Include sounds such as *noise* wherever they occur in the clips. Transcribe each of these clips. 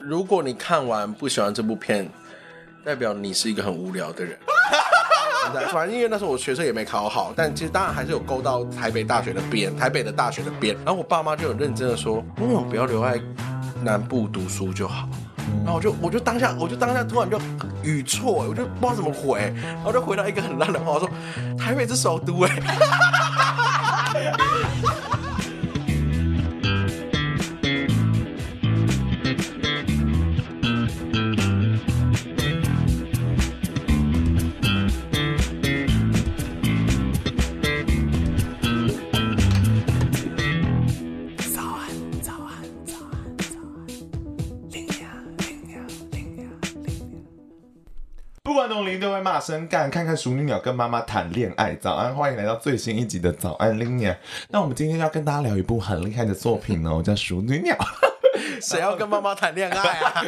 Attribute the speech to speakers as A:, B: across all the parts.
A: 如果你看完不喜欢这部片，代表你是一个很无聊的 *laughs* 人。反正因为那时候我学生也没考好，但其实当然还是有勾到台北大学的边，台北的大学的边。然后我爸妈就很认真的说：“为什么不要留在南部读书就好？”然后我就我就当下我就当下突然就语错，我就不知道怎么回，然后就回到一个很烂的话，我说：“台北是首都哎、 *laughs*
B: 不管农林都会骂声干，看看熟女鸟跟妈妈谈恋爱。早安，欢迎来到最新一集的早安 l i n a 那我们今天要跟大家聊一部很厉害的作品哦，叫《熟女鸟》。
A: 谁要跟妈妈谈恋爱啊？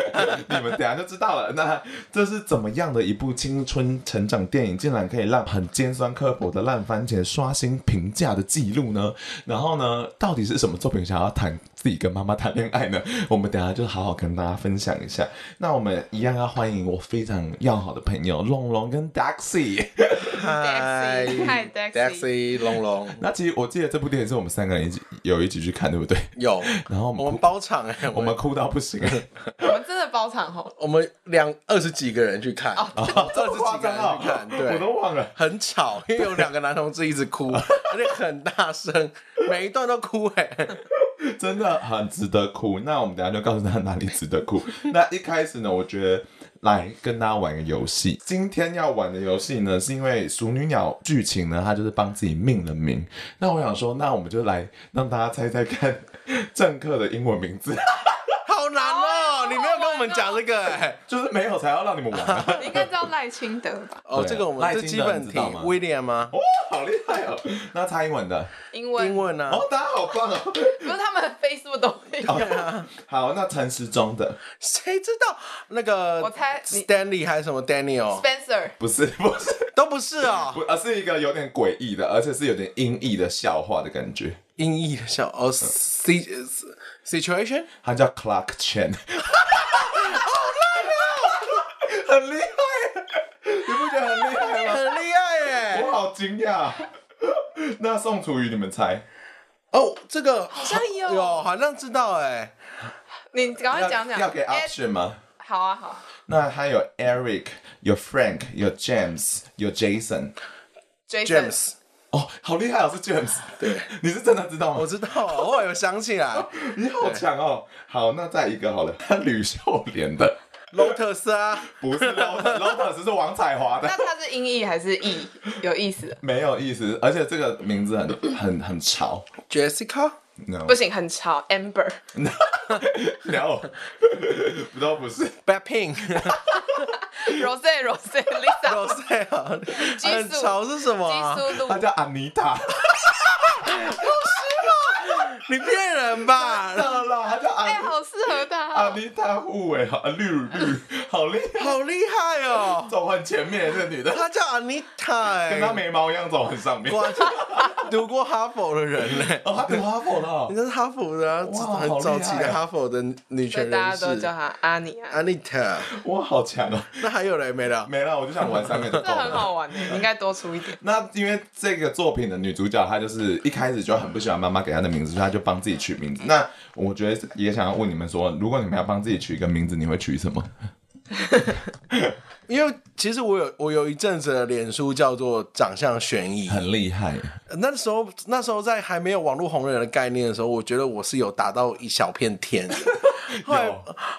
B: 你们等一下就知道了。那这是怎么样的一部青春成长电影，竟然可以让很尖酸刻薄的烂番茄刷新评价的记录呢？然后呢，到底是什么作品想要谈自己跟妈妈谈恋爱呢？我们等一下就好好跟大家分享一下。那我们一样要欢迎我非常要好的朋友龙龙跟 Daxi。
A: 嗨
C: Daxi，嗨，Daxi
A: ，Daxi 哎龙龙
B: 那其实我记得这部电影是我们三个人一起有一起去看，对不对？ *laughs*
A: 有，
B: 然后我们
A: 我们包场哎、
B: 我们哭到不行。 *laughs*
C: 我们真的包场吼，
A: 我们两二十几个人去看，
C: 哦
A: 二十几个人去
C: 啊
A: 看，
B: 啊我都
A: 对，
B: 忘了。
A: 很吵，因为有两个男同志一直
B: *laughs*
A: 哭，而且很大声，每一段都哭哎、
C: *laughs*
B: 真的很值得哭。那我们等一下就告诉他哪里值得 *laughs* 哭。那一开始呢，我觉得来跟大家玩个游戏。今天要玩的游戏呢，是因为《熟女鸟》剧情呢，它就是帮自己命了名。那我想说，那我们就来让大家猜猜看政客的英文名字， *laughs*
A: 好难哦、
C: 哦
A: 你没有跟我们讲这个哎、
B: 就是没有才要让你们玩、啊。 *laughs*
C: 你应该知道赖清德吧？
A: 哦，
B: 对啊
A: 这个我们
B: 赖
A: 这
B: 清
A: 基
B: 德
A: 本
B: 你知
A: 题
B: 道吗
A: ，William 吗？
B: 哦，好厉害哦！那猜英文的
C: 英文，
A: 英文啊
B: 哦，大家好棒哦。
C: 不是他们的 Facebook 都会有。
B: 好，那陈时中的
A: 谁知道那个？
C: 我猜你
A: Stanley 还是什么
C: 哦
A: Daniel
C: Spencer，
B: 不是 *laughs* 不是
A: 都不是哦、
B: 不，而呃是一个有点诡异的，而且是有点音译的笑话的感觉。
A: 音译的小哦，si
C: *laughs*
A: situation
B: 他叫 Clark *laughs* Chan。好 *laughs* 烂啊！很厉害，你不觉得很厉害吗？ *laughs*
A: 很厉害哎、
B: 我好惊讶。啊 *laughs* 那宋楚瑜，你们猜？
A: 哦，这个好
C: 像有
A: 有，好像知道哎、
C: 你赶快
B: 要
C: 讲讲。
B: 要给
C: Ed-
B: option 吗？
C: 好啊，好啊。
B: 那还有 Eric，有 Frank，有 James，有 Jason。
C: Jason，
A: James，
B: 哦，好厉害哦，是 James。
C: *laughs*
A: 对，
B: *laughs* 你是真的知道吗
A: 我？知道，偶尔有想起来，
C: *laughs*
B: 你好强哦。好，那再一个好了， *laughs* 他吕秀莲的，
A: 罗特斯啊，
B: 不是 Lotus，Lotus 是王彩华的
C: 那。他是音译还是译？有意思的，
B: 没有意思，而且这个名字很很很潮。
A: Jessica，
B: No，
C: 不行，很潮。Amber，
B: No，不都不是。
A: Blackpink，
C: Rose，Rose，Lisa，
A: 有谁啊？
C: 激素
A: 很潮是什么啊？
C: 基苏
B: 他
C: 露，
B: 叫安妮塔，
A: 你骗人吧？
B: 到了，他叫
C: 哎，
B: 安
C: 好哎适合他
B: 安
C: 哦。
B: 妮塔护卫，哎好呃绿绿，好厉害，
A: 好厉害哦！
B: 走很前面这女的，
A: 她叫 Anita，
B: 跟她
A: 哎，
B: 眉毛一样走很上面。
A: 哇，读过哈佛的人嘞，
B: 哦，她读哈佛的哦
A: 你，是哈佛的啊，
B: 哇
A: 很早期
B: 好厉害
A: 的
B: 啊
A: 哈佛的女
C: 所
A: 权
C: 以大
A: 人
C: 家
A: 士
C: 都叫他阿尼啊，
A: Anita。
B: 哇，好强哦！
A: 那还有嘞没了？
B: 没了，我就想玩三个就够
C: 这很
B: 了。
C: 好玩欸的，你应该多出一点。
B: 那因为这个作品的女主角，她就是一开始就很不喜欢妈妈给她的名字，所以她就帮自己取名字。那我觉得也想要问你们说，如果你们要帮自己取一个名字，你会取什么？ *laughs*
A: 因为其实我有我有一阵子的脸书叫做长相悬疑，
B: 很厉害，
A: 那时候那时候在还没有网络红人的概念的时候，我觉得我是有达到一小片 *laughs* 天的。后来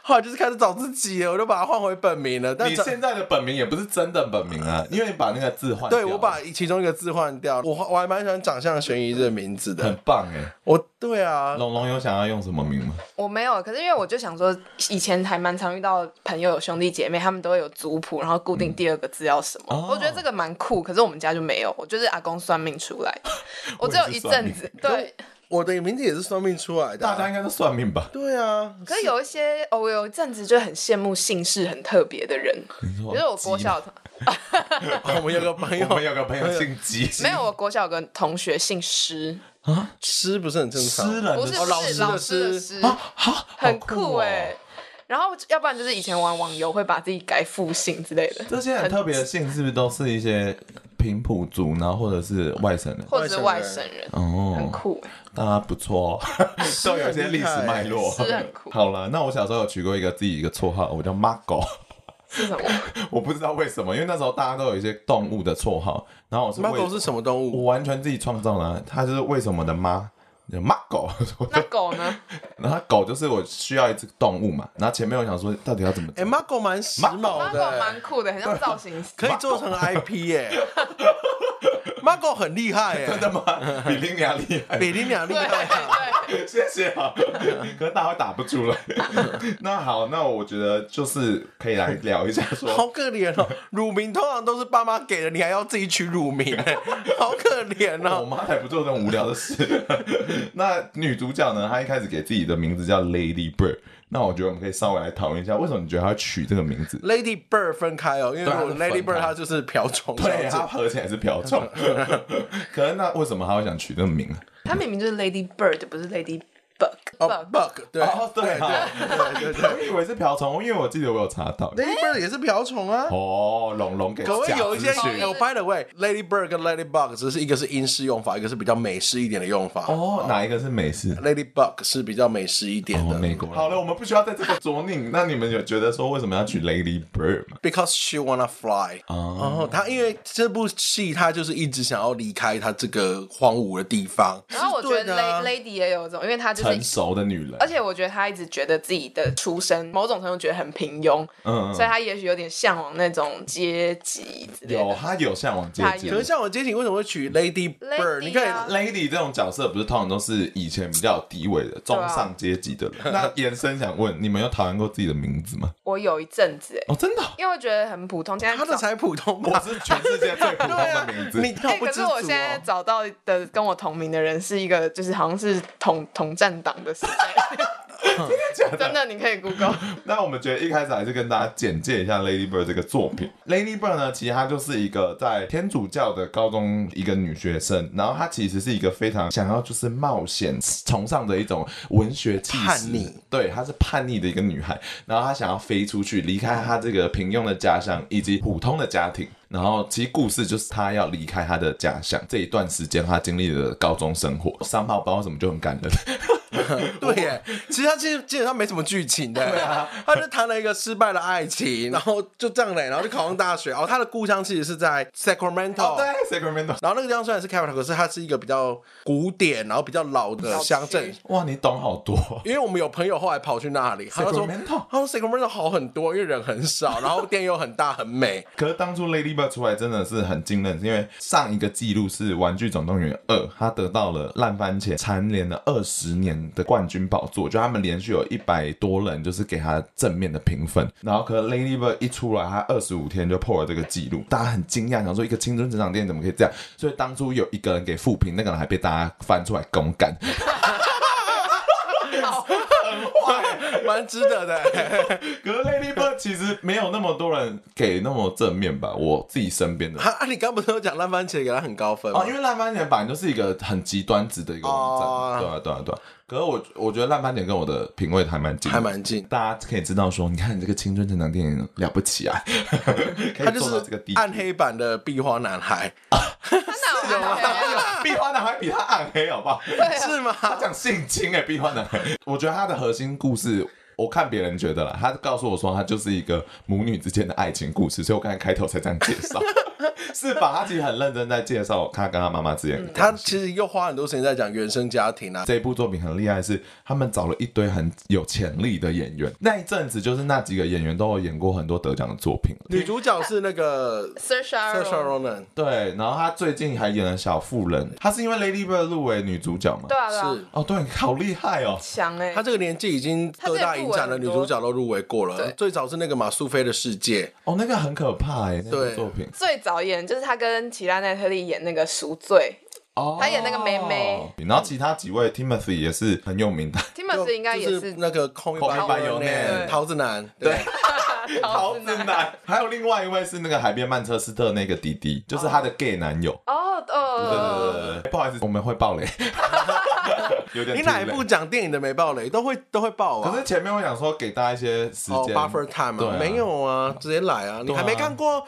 A: 后来就是开始找自己了，我就把它换回本名了。但
B: 你
A: 找
B: 现在的本名也不是真的本名啊，因为你把那个字换掉
A: 对
B: 了
A: 我把其中一个字换掉，我我还蛮喜欢长相悬疑这个名字
B: 很
A: 的。
B: 棒哎。
A: 我对啊，
B: 龙龙有想要用什么名吗？
C: 我没有，可是因为我就想说，以前还蛮常遇到朋友有兄弟姐妹，他们都会有族谱，然后固定第二个字要什么。
B: 嗯哦
C: 我觉得这个蛮酷，可是我们家就没有，我就是阿公算命出来，
B: *laughs*
C: 我只
B: 也
C: 有
B: 是
C: 一
B: 算命
C: 阵子。
B: *laughs*
C: 对，
A: 我的名字也是算命出来的啊、
B: 大家应该都算命吧？
A: 对啊，
C: 可是有一些，哦，我有一阵子就很羡慕姓氏很特别的人，
B: 你说
C: 比如我国小，
A: *laughs* 我们有个朋友
B: 我们有个朋友姓姬，
C: 没有，我国小有个同学姓施，
A: 吃不是很正常，
B: 呃诗人的
C: 不是
B: 诗
C: 不
A: 老师
C: 是
A: 的
C: 老师的
A: 诗
C: 师，
B: 啊，好
C: 很
B: 酷
C: 酷哎、然后要不然就是以前玩网游会把自己改复姓之类的，
B: 这些很特别的姓是不是都是一些平埔族，然后或者是外省人？
C: 或者是外省人，很
B: 哦，
C: 酷。欸
B: 大家不错、哦， *laughs* 都有一些历史脉络，
C: 是很酷
B: 好了，那我小时候有取过一个自己一个绰号，我叫 Margo，
C: 是什么？
B: *laughs* 我不知道为什么，因为那时候大家都有一些动物的绰号，然后我是为
A: Marco 是什么动
B: 我
A: 物？
B: 完全自己创造的啊，它就是为什么的妈。就 Margo，
C: *laughs* 那
A: *laughs*
C: 狗呢？
B: *laughs* 然后狗就是我需要一只动物嘛，然后前面我想说到底要怎么
A: 哎、m a r c o 蛮时髦
C: 那
A: 的、
C: 狗蛮酷的，很像造型
A: *laughs*
C: 师。
A: 可以做成 IP *laughs* 耶、Marco 很厉害 *laughs* 耶、
B: *laughs* 真的吗？比林雅厉害，
A: 比你俩厉
C: 对
A: 害啊。
C: *laughs* 对，
B: 哎 *laughs* 谢谢啊，可是大家会打不出来。 *laughs* 那好，那我觉得就是可以来聊一下
A: *laughs* 好
B: 说，
A: 可怜哦，乳名通常都是爸妈给的，你还要自己取乳名、 *laughs* 哎，好可怜
B: 我
A: 哦。
B: 妈才不做这种无聊的事。 *laughs* 那女主角呢，她一开始给自己的名字叫 Lady Bird。那我觉得我们可以稍微来讨论一下，为什么你觉得她要取这个名字？
A: Lady Bird 分开哦，因为如果
B: 对它是
A: Lady
B: 分开
A: Bird 它就是瓢虫小
B: 对，她
A: 姐，
B: 合起来是瓢虫。 *laughs* 可是那为什么她会想取这个名啊字？
C: 他明明就是 Lady Bird，不是 Lady
A: 哦
C: Bug。
A: ，bug，对
B: 哦对
A: 对
B: 啊
A: 对对
B: *laughs*
A: 对
B: 我以为是瓢虫，因为我记得我有查到。
A: ，Lady Bird 也是瓢虫啊。
B: 哦，龙龙给
A: 可
B: 假
A: 会有一些
B: 资讯
A: 有 by the way，Lady Bird 跟 Lady Bug 只是一个是英式用法，一个是比较美式一点的用法。
B: 哦，哪一个是美式？
A: Lady Bug 是比较美式一点
B: 哦，
A: 的、
B: 美国人。好了，我们不需要在这个啄佞。那你们有觉得说为什么要取 Lady Bird 吗？
A: b e c a u s e she wanna fly。
B: 哦
A: 然后她因为这部戏，她就是一直想要离开她这个荒芜的地方。
C: 然后我觉
A: 是对
C: 得
A: 的啊
C: La- Lady 也有一种，因为她就
B: 成
C: 是，
B: 熟的女人，
C: 而且我觉得她一直觉得自己的出身某种程度觉得很平庸，
B: 嗯，
C: 所以
B: 嗯
C: 她也许有点向往那种阶级之类
B: 有
C: 的。
B: 她有向往阶级
A: 可。是像我街景为什么会取 Lady Bird？、
C: Lady
A: 你可以
C: 啊
B: Lady 这种角色不是通常都是以前比较有地位的中上阶级的人。那延伸想问，你们有讨厌过自己的名字吗？
C: 我有一阵子，欸
B: 哦，真的哦，
C: 因为我觉得很普通，现在
A: 她的
C: 找
A: 才普通
B: 我
A: 吧？
B: 是全世界最普通的名
A: *laughs*
B: 字。
A: 你好
C: 哎，
A: 不
C: 可
A: 知足哦。
C: 是我现在找到的跟我同名的人是一个，就是好像是同同战党的时
A: *laughs*
C: 代，
B: 真
C: *laughs* 真的，你可以 Google。
B: 那我们觉得一开始还是跟大家简介一下《Lady Bird》这个作品。《Lady Bird》呢，其实她就是一个在天主教的高中一个女学生，然后她其实是一个非常想要就是冒险、崇尚的一种文学气
A: 叛
B: 势
A: 逆，
B: 对，她是叛逆的一个女孩，然后她想要飞出去，离开她这个平庸的家乡以及普通的家庭。然后，其实故事就是她要离开她的家乡这一段时间，她经历了高中生活。三炮包什么就很感人，
A: 对耶，其实他其实基本上没什么剧情的，对啊，他就谈了一个失败的爱情，然后就这样嘞，然后就考上大学。哦，他的故乡其实是在 Sacramento，、
B: *laughs* 哦，对，Sacramento，
A: 然后那个地方虽然是 capital，可是它是一个比较古典，然后比较老的
C: 老区
A: 乡镇。
B: 哇，你懂好多。
A: 因为我们有朋友后来跑去那里，他就说
B: Sacramento
A: 他说 Sacramento 好很多，因为人很少，然后店又很大很美。
B: 可是当初 Ladybird 出来真的是很惊人，是因为上一个记录是《玩具总动员二》，它得到了烂番茄蝉联了二十年的冠军宝座，就他们连续有一百多人就是给它正面的评分。然后可是 Ladybird 一出来，它二十五天就破了这个记录，大家很惊讶，想说一个青春成长电影怎么可以这样？所以当初有一个人给负评，那个人还被大家翻出来公干。 *laughs*
A: *laughs* 蛮值得的。 *laughs*
B: 可是 Ladybird 其实没有那么多人给那么正面吧，我自己身边的。
A: 啊，你刚不是有讲烂番茄给他很高分吗？
B: 哦，因为烂番茄本来就是一个很极端值的一个网站，
A: 哦
B: 对啊，对啊，对啊。可是我我觉得烂番茄跟我的品味还蛮近的，
A: 还蛮近，
B: 大家可以知道说，你看你这个青春成长电影了不起
A: *laughs*
B: 啊，可
A: 他
B: 以
A: 就
B: 做到这个
A: 是
B: 地步。
A: 暗黑版的壁花男孩，
C: 他哪有暗黑啊？
B: 壁花男孩比他暗黑，好不 *laughs* 好？
A: 是吗？
B: 啊他讲性侵哎、壁花男孩，我觉得他的核心故事。我看别人觉得啦，他告诉我说他就是一个母女之间的爱情故事，所以我刚才开头才这样介
A: *laughs*
B: 绍，是吧？他其实很认真在介绍他跟他妈妈之间的
A: 他其实又花很多时间在讲原生家庭啊，
B: 这一部作品很厉害，是他们找了一堆很有潜力的演员。那一阵子就是那几个演员都有演过很多得奖的作品。
A: 女主角是那个
C: s i r s h
A: Saoirse
C: a r o
A: Ronan，
B: 对，然后她最近还演了小妇人，她是因为 Lady Bird 入围女主角嘛？
C: 对。啊，对啊
A: 是
B: 哦，对，好厉害哦！
C: 强哎
A: 她，这个年纪已经各大影展的女主角都入围过
C: 对
A: 了，最早是那个马苏菲的世界，
B: 哦，那个很可怕哎，那
A: 对
B: 部作品。
C: 最早演就是她跟齐拉奈特利演那个《赎罪
B: 哦，
C: 她演那个妹妹。
B: 然后其他几位 Timothy 也是很有名的。》
C: ，Timothy 应该也
A: 就是那个空运
B: 空运班
A: 有
B: 有内
A: 桃子男，
B: 对，
C: 桃
B: 子男，还有另外一位是那个海边曼彻斯特那个弟
C: 哦
B: 弟，就是他的 gay 男友。
C: 哦哦 *laughs*
B: 对对对对对，不好意思，我们会爆雷。有点
A: 你
B: 你
A: 哪一部？讲电影的没爆雷？都会都会爆啊。
B: 可是前面我想说给大家一些时
A: 哦
B: 间
A: ，buffer time
B: 对啊
A: 啊，没有啊，直接来啊！你
B: 对啊
A: 还没看过？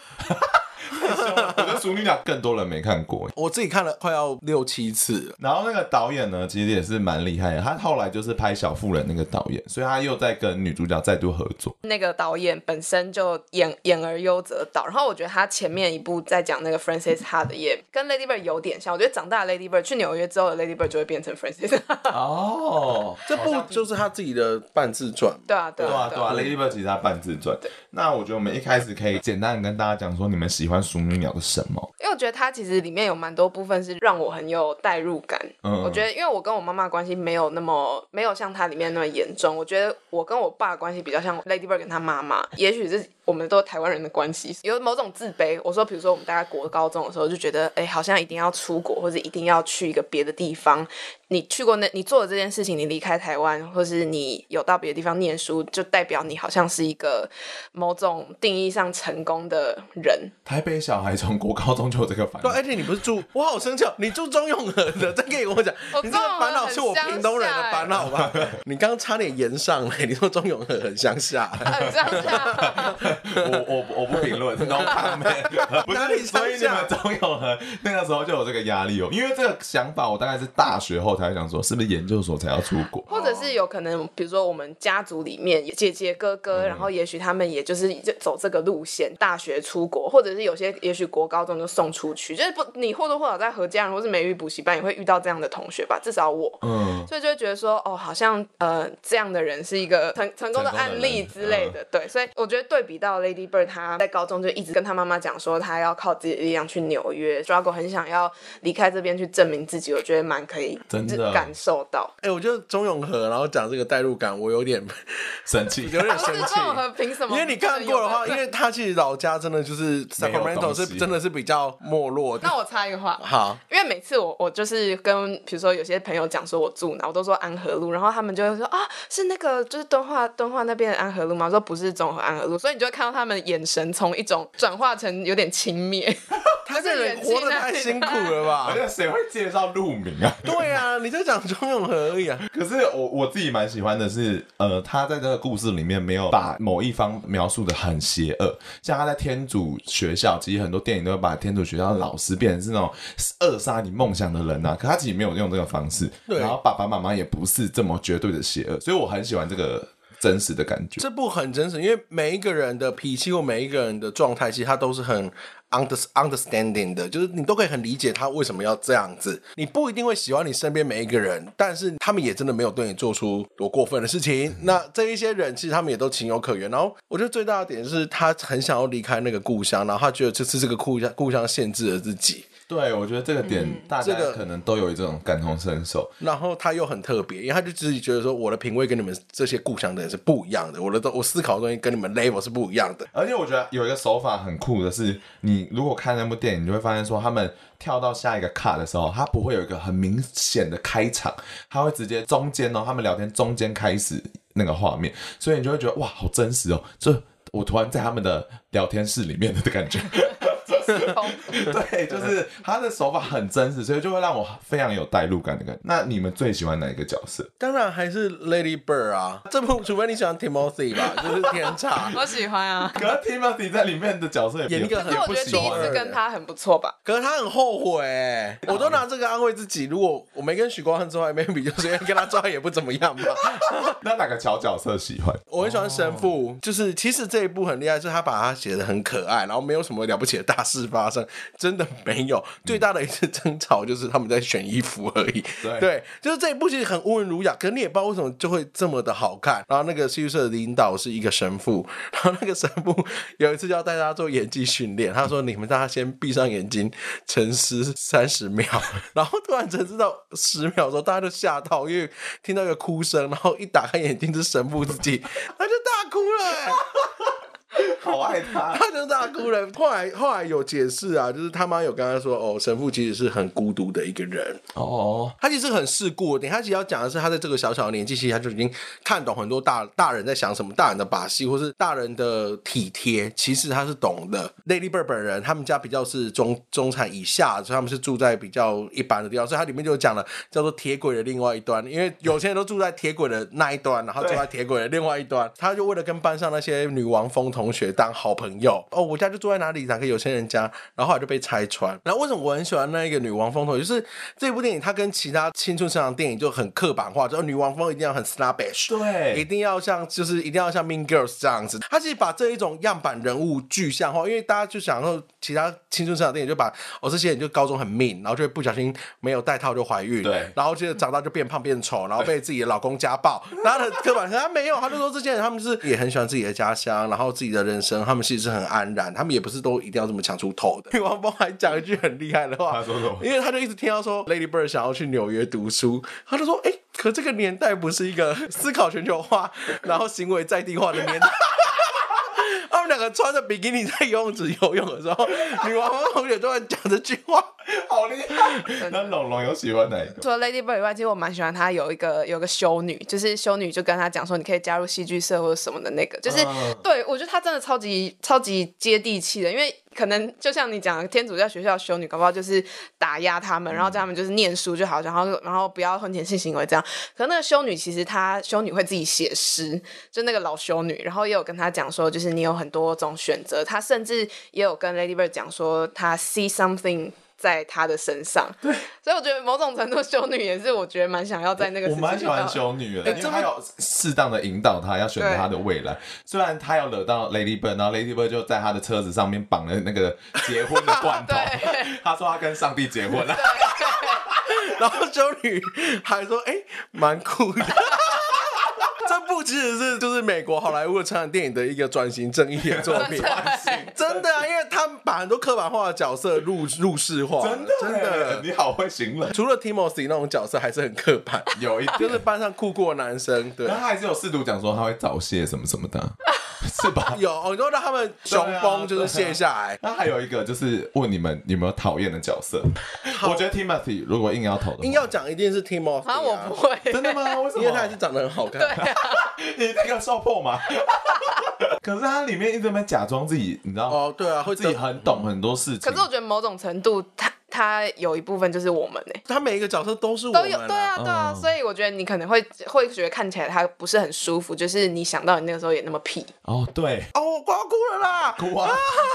B: 我觉得《熟女俩》更多人没看过。
A: 我自己看了快要六七次了。
B: 然后那个导演呢，其实也是蛮厉害的，他后来就是拍《小妇人》那个导演，所以他又在跟女主角再度合作。
C: 那个导演本身就演演而优则导，然后我觉得他前面一部在讲那个 Francis Ha 的也跟 Lady Bird 有点像，我觉得长大的 Lady Bird 去纽约之后的 Lady Bird 就会变成 Francis，哈
B: 哦，
A: 这部就是他自己的半自传嘛，
C: 对啊对
B: 对啊
C: 啊
B: 对啊，Lady Bird 其实他半自传。那我觉得我们一开始可以简单地跟大家讲说，你们喜欢《熟女鸟》的什么？
C: 因为我觉得它其实里面有蛮多部分是让我很有代入感。
B: 嗯
C: 我觉得因为我跟我妈妈关系没有那么没有像它里面那么严重，我觉得我跟我爸关系比较像 Ladybird 跟他妈妈，也许是我们都是台湾人的关系，有某种自卑。我说，比如说我们大概国高中的时候就觉得，哎，好像一定要出国或者一定要去一个别的地方。你去过那，你做了这件事情，你离开台湾，或是你有到别的地方念书，就代表你好像是一个某种定义上成功的人。
B: *laughs* 台北小孩从国高中就有这个烦恼
A: 对，。而且你不是住，我好生气哦，你住中永和的， *laughs* 这可以跟我讲，
C: 我
A: 你这个烦恼是我
C: 中永和很
A: 屏东人的
C: 乡下欸
A: 烦恼吧？ *laughs* 你刚刚差点延上来，你说中永和很乡
C: *laughs*
A: 下，
C: 很啊乡下，
B: *laughs* 我我我不评论，no
A: *laughs*
B: comment。不
A: 哪里
B: 是，所以你
A: 乡
B: 们
A: 下
B: 总有人那个时候就有这个压力哦，因为这个想法我大概是大学后才会想说，是不是研究所才要出国？
C: 或者是有可能，比如说我们家族里面姐姐哥
B: 嗯
C: 哥，然后也许他们也就是走这个路线，大学出国，或者是有些也许国高中就送出去，就是不你或多或少在和家人或是美语补习班也会遇到这样的同学吧，至少我。
B: 嗯，
C: 所以就会觉得说，哦，好像呃，这样的人是一个成 *laughs* 成功
B: 成功的
C: 的案例
B: 人嗯
C: 之类的，对。所以我觉得对比到 Lady Bird，她在高中就一直跟她妈妈讲说，她要靠自己的力量去纽约，struggle 很想要离开这边去证明自己，我觉得蛮可以
B: 真的
C: 就感受到。
A: 哎、我觉得中永和，然后讲这个代入感，我有点 *laughs*
B: 生气
A: 有
C: *laughs*
A: 点
C: 不
A: 生
C: 是
A: 气
C: 中。永和凭什么？
A: 因为你看过的话，因
C: 为
A: 为他其实老家真的就是
B: 没有东
A: Sacramento
B: 西
A: 是真的是比较没落的。
C: 那我插一个话，
A: 好，
C: 因为每次我我就是跟比如说有些朋友讲说我住哪，我都说安和路，然后他们就会说啊是那个就是敦化敦化那边的安和路吗？我说不是综合安和路，所以你就会看到他们眼神从一种转化成有点轻蔑，。
A: 台北人活得太辛苦了
B: 而
A: 吧？ *laughs*
B: 且 *laughs* 谁会介绍路名啊？
A: 对啊，你就讲中永和而已啊。
B: 可是我我自己蛮喜欢的是，呃，他在这个故事里面没有把某一方描述的很邪恶，像他在天主学校，其实很多电影都会把天主学校的老师变成是那种扼杀你梦想的人呐、啊可他其实没有用这个方式，
A: 对
B: 然后爸爸妈妈也不是这么绝对的邪恶，所以我很喜欢这个真实的感觉。
A: 这部很真实，因为每一个人的脾气或每一个人的状态，其实他都是很 under understanding 的，就是你都可以很理解他为什么要这样子。你不一定会喜欢你身边每一个人，但是他们也真的没有对你做出多过分的事情。那这一些人其实他们也都情有可原。然后我觉得最大的点是他很想要离开那个故乡，然后他觉得这是这个故乡故乡限制了自己。
B: 对，我觉得这个点大家
A: 嗯这个
B: 可能都有一种感同身受。
A: 然后他又很特别，因为他就自己觉得说，我的品味跟你们这些故乡的人是不一样的，我的都我思考的东西跟你们 level 是不一样的。
B: 而且我觉得有一个手法很酷的是，你如果看那部电影，你就会发现说，他们跳到下一个卡的时候，他不会有一个很明显的开场，他会直接中间哦，他们聊天中间开始那个画面，所以你就会觉得哇，好真实哦，就我突然在他们的聊天室里面的感觉。 *laughs* 对，就是他的手法很真实，所以就会让我非常有代入感的感觉。那你们最喜欢哪一个角色？
A: 当然还是 Lady Bird 啊，这部除非你喜欢 Timothy 吧，就是天差
C: *laughs* 我喜欢啊。
B: 可是 Timothy 在里面的角色也
A: 演一个
B: 也
A: 很
C: 可是我觉得第一次跟他很不错吧，
A: 可是他很后悔、我都拿这个安慰自己。如果我没跟许光汉做爱，maybe 就随便跟他做爱也不怎么样吧。
B: *laughs* 那哪个小角色喜欢？
A: *laughs* 我很喜欢神父，就是其实这一部很厉害，是他把他写的很可爱，然后没有什么了不起的大事发生，真的没有。最大的一次争吵就是他们在选衣服而已。
B: 对
A: 就是这一部其实很温文儒雅，可是你也不知道为什么就会这么的好看。然后那个戏剧社的领导是一个神父，然后那个神父有一次就要带大家做演技训练，他说：“你们大家先闭上眼睛，沉思三十秒。” *laughs* 然后突然沉思到十秒的时候，大家就吓到，因为听到一个哭声，然后一打开眼睛是神父自己，他就大哭了、欸。
B: 好爱他。
A: 他就大哭了。后来后来有解释啊，就是他妈有跟他说，哦，神父其实是很孤独的一个人，
B: 哦，
A: 他其实很世故的。他其实要讲的是，他在这个小小的年纪，其实他就已经看懂很多大大人在想什么，大人的把戏，或是大人的体贴，其实他是懂的。Lady Bird 本人，他们家比较是中中产以下，所以他们是住在比较一般的地方，所以它里面就有讲了叫做铁轨的另外一端，因为有些人都住在铁轨的那一端，然后住在铁轨的另外一端，他就为了跟班上那些女王风同学当好朋友，哦，我家就住在哪里，哪个有钱人家，然后后来就被拆穿。然后为什么我很喜欢那一个女王风同学？就是这部电影它跟其他青春成长电影就很刻板化，就是女王风一定要很 snobbish，一
B: 对，
A: 定要像就是一定要像 Mean Girls 这样子，他其实把这一种样板人物具象化，因为大家就想说其他青春成长电影就把哦这些人就高中很 mean，然后就会不小心没有戴套就怀孕，
B: 对
A: 然后接着长大就变胖变丑，然后被自己的老公家 *laughs* 暴，然后他的刻板，可他没有，他就说这些人他们是也很喜欢自己的家乡，然后自己的人生，他们其实是很安然，他们也不是都一定要这么抢出头的。 *laughs* 王峰还讲一句很厉害的话，
B: 他说什么
A: 因为他就一直听到说 Lady Bird 想要去纽约读书，他就说：“哎、可这个年代不是一个思考全球化，然后行为在地化的年代。” *laughs* 他们两个穿着比基尼在游泳池游泳的时候，女王峰同学突然讲这句话，
B: *laughs* 好厉害。那龙龙有喜欢哪一个？
C: 除了 Lady Bird 以外，其实我蛮喜欢她有一个有个修女，就是修女就跟她讲说，你可以加入戏剧社或者什么的那个，就是、
B: 嗯
C: 对我觉得她真的超级超级接地气的，因为可能就像你讲的，天主教学校的修女搞不好就是打压他们，然后叫他们就是念书就好，然后然后不要婚前性行为这样。可那个修女其实她修女会自己写诗，就那个老修女，然后也有跟她讲说，就是你有很多种选择，她甚至也有跟 Lady Bird 讲说，她 see something。在她的身上， *laughs* 所以我觉得某种程度修女也是，我觉得蛮想要在那个
B: 我
C: 时期
B: 蛮喜
C: 遇
B: 欢
C: 到
B: 修女的，
A: 哎
B: 因为
A: 这么
B: 她要适当的引导她，要选择她的未来。虽然她有惹到 Lady Bird，然后 Lady Bird 就在她的车子上面绑了那个结婚的
A: *laughs*
B: 罐头
C: 对，
B: 她说她跟上帝结婚了。
A: 然后修女还说：“哎、蛮酷的。” *laughs* 这部其实是就是美国好莱坞的成长电影的一个转型正义的
B: *laughs*
A: 作品，真的啊，因为他们把很多刻板化的角色入入世化，
B: 真的
A: 真的
B: 耶，你好会形容，
A: 除了 Timothy 那种角色还是很刻板，
B: 有一
A: 就
B: 点
A: 是。班上酷过的男生，对
B: *laughs* 然，后她还是有试图讲说她会早泄什么什么的，是吧？
A: 有哦，你说让他们雄
B: 啊
A: 风就是卸下来，
B: 那还有一个就是问你们有没有讨厌的角色？我觉得 Timothy 如果硬要投的话，
A: 硬要讲一定是 Timothy，、
C: 啊，我不会，
B: 真的吗？为什么？
A: *laughs* 因为他还是长得很好看，
B: *laughs* 你那个受破嘛？ *laughs* 可是他里面一直在假装自己，你知道，
A: 哦，对啊，会
B: 自己
A: 得
B: 很懂很多事情。
C: 可是我觉得某种程度，她她有一部分就是我们呢、欸
A: 他每一个角色都是我
C: 都
A: 们、
C: 有对啊，对啊，
B: 嗯
C: 所以我觉得你可能会会觉得看起来他不是很舒服，就是你想到你那个时候也那么屁，
B: 哦，
A: *laughs*
B: 对，
A: 哦，我快要哭了啦，
B: 哭啊！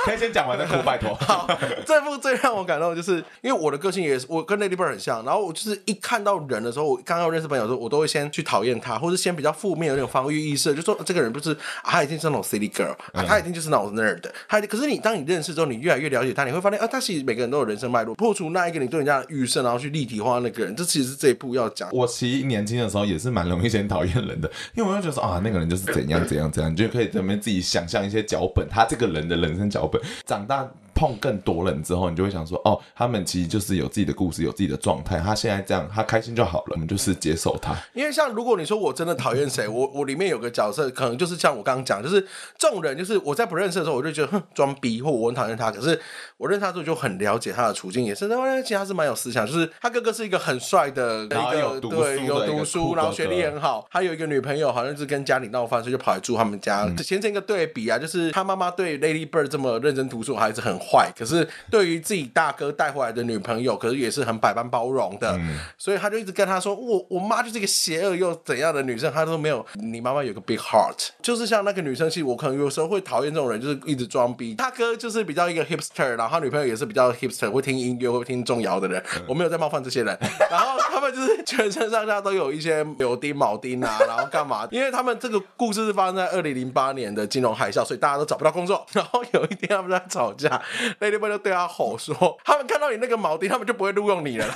B: 可以先讲完再哭，拜托。
A: *laughs* 好，这部最让我感动的就是，因为我的个性也是，我跟 Lady Bird 很像。然后我就是一看到人的时候，我刚刚认识朋友的时候，我都会先去讨厌他，或者先比较负面，有点防御意识，就说、呃这个人不是、啊，他一定是那种 city girl，、啊、他一定就是那种 nerd。他可是你当你认识之后，你越来越了解他，你会发现啊，他其实每个人都有人生脉络，破除那一个你对人家的预设，然后去立体化那个人。这其实是这一部要讲。
B: 我其实年轻的时候也是蛮容易先讨厌人的，因为我就觉得说啊，那个人就是怎样怎样怎样，你就可以在那边自己想象一些脚本，他这个人的人生脚本。长大碰更多人之后，你就会想说，哦，他们其实就是有自己的故事，有自己的状态。他现在这样，他开心就好了，我们就是接受他。
A: 因为像如果你说我真的讨厌谁，我我里面有个角色，可能就是像我刚刚讲，就是这种人，就是我在不认识的时候，我就觉得哼装逼，或我很讨厌他。可是我认识他之后，就很了解他的处境，也是那其实他是蛮有思想，就是他哥哥是一个很帅的，一
B: 然后有
A: 个
B: 读书的
A: 对有
B: 一个
A: 读
B: 酷
A: 书，
B: 哥
A: 然后学历
B: 哥
A: 很好，还有一个女朋友，好像是跟家里闹翻，所以就跑来住他们家。形成一个对比啊，就是他妈妈对 Lady Bird 这么认真读书，还是很坏，可是对于自己大哥带回来的女朋友，可是也是很百般包容的。所以他就一直跟他说，我我妈就是一个邪恶又怎样的女生，他都没有。你妈妈有个 big heart，就是像那个女生，其实我可能有时候会讨厌这种人，就是一直装逼。他哥就是比较一个 hipster，然后他女朋友也是比较 hipster，会听音乐，会听钟摇的人。
C: 嗯
A: 我没有在冒犯这些人， *laughs* 然后他们就是全身上下都有一些柳丁、铆钉
C: *laughs*
A: 啊，然后干嘛？因为他们这个故事是发生在二零零八年的金融海啸，所以大家都找不到工作。 *laughs* 然后有一天他们在吵架，Lady Bird 就对他吼说：“他们看到你那个铆钉，他们就不会录用你了 *laughs* 啦。”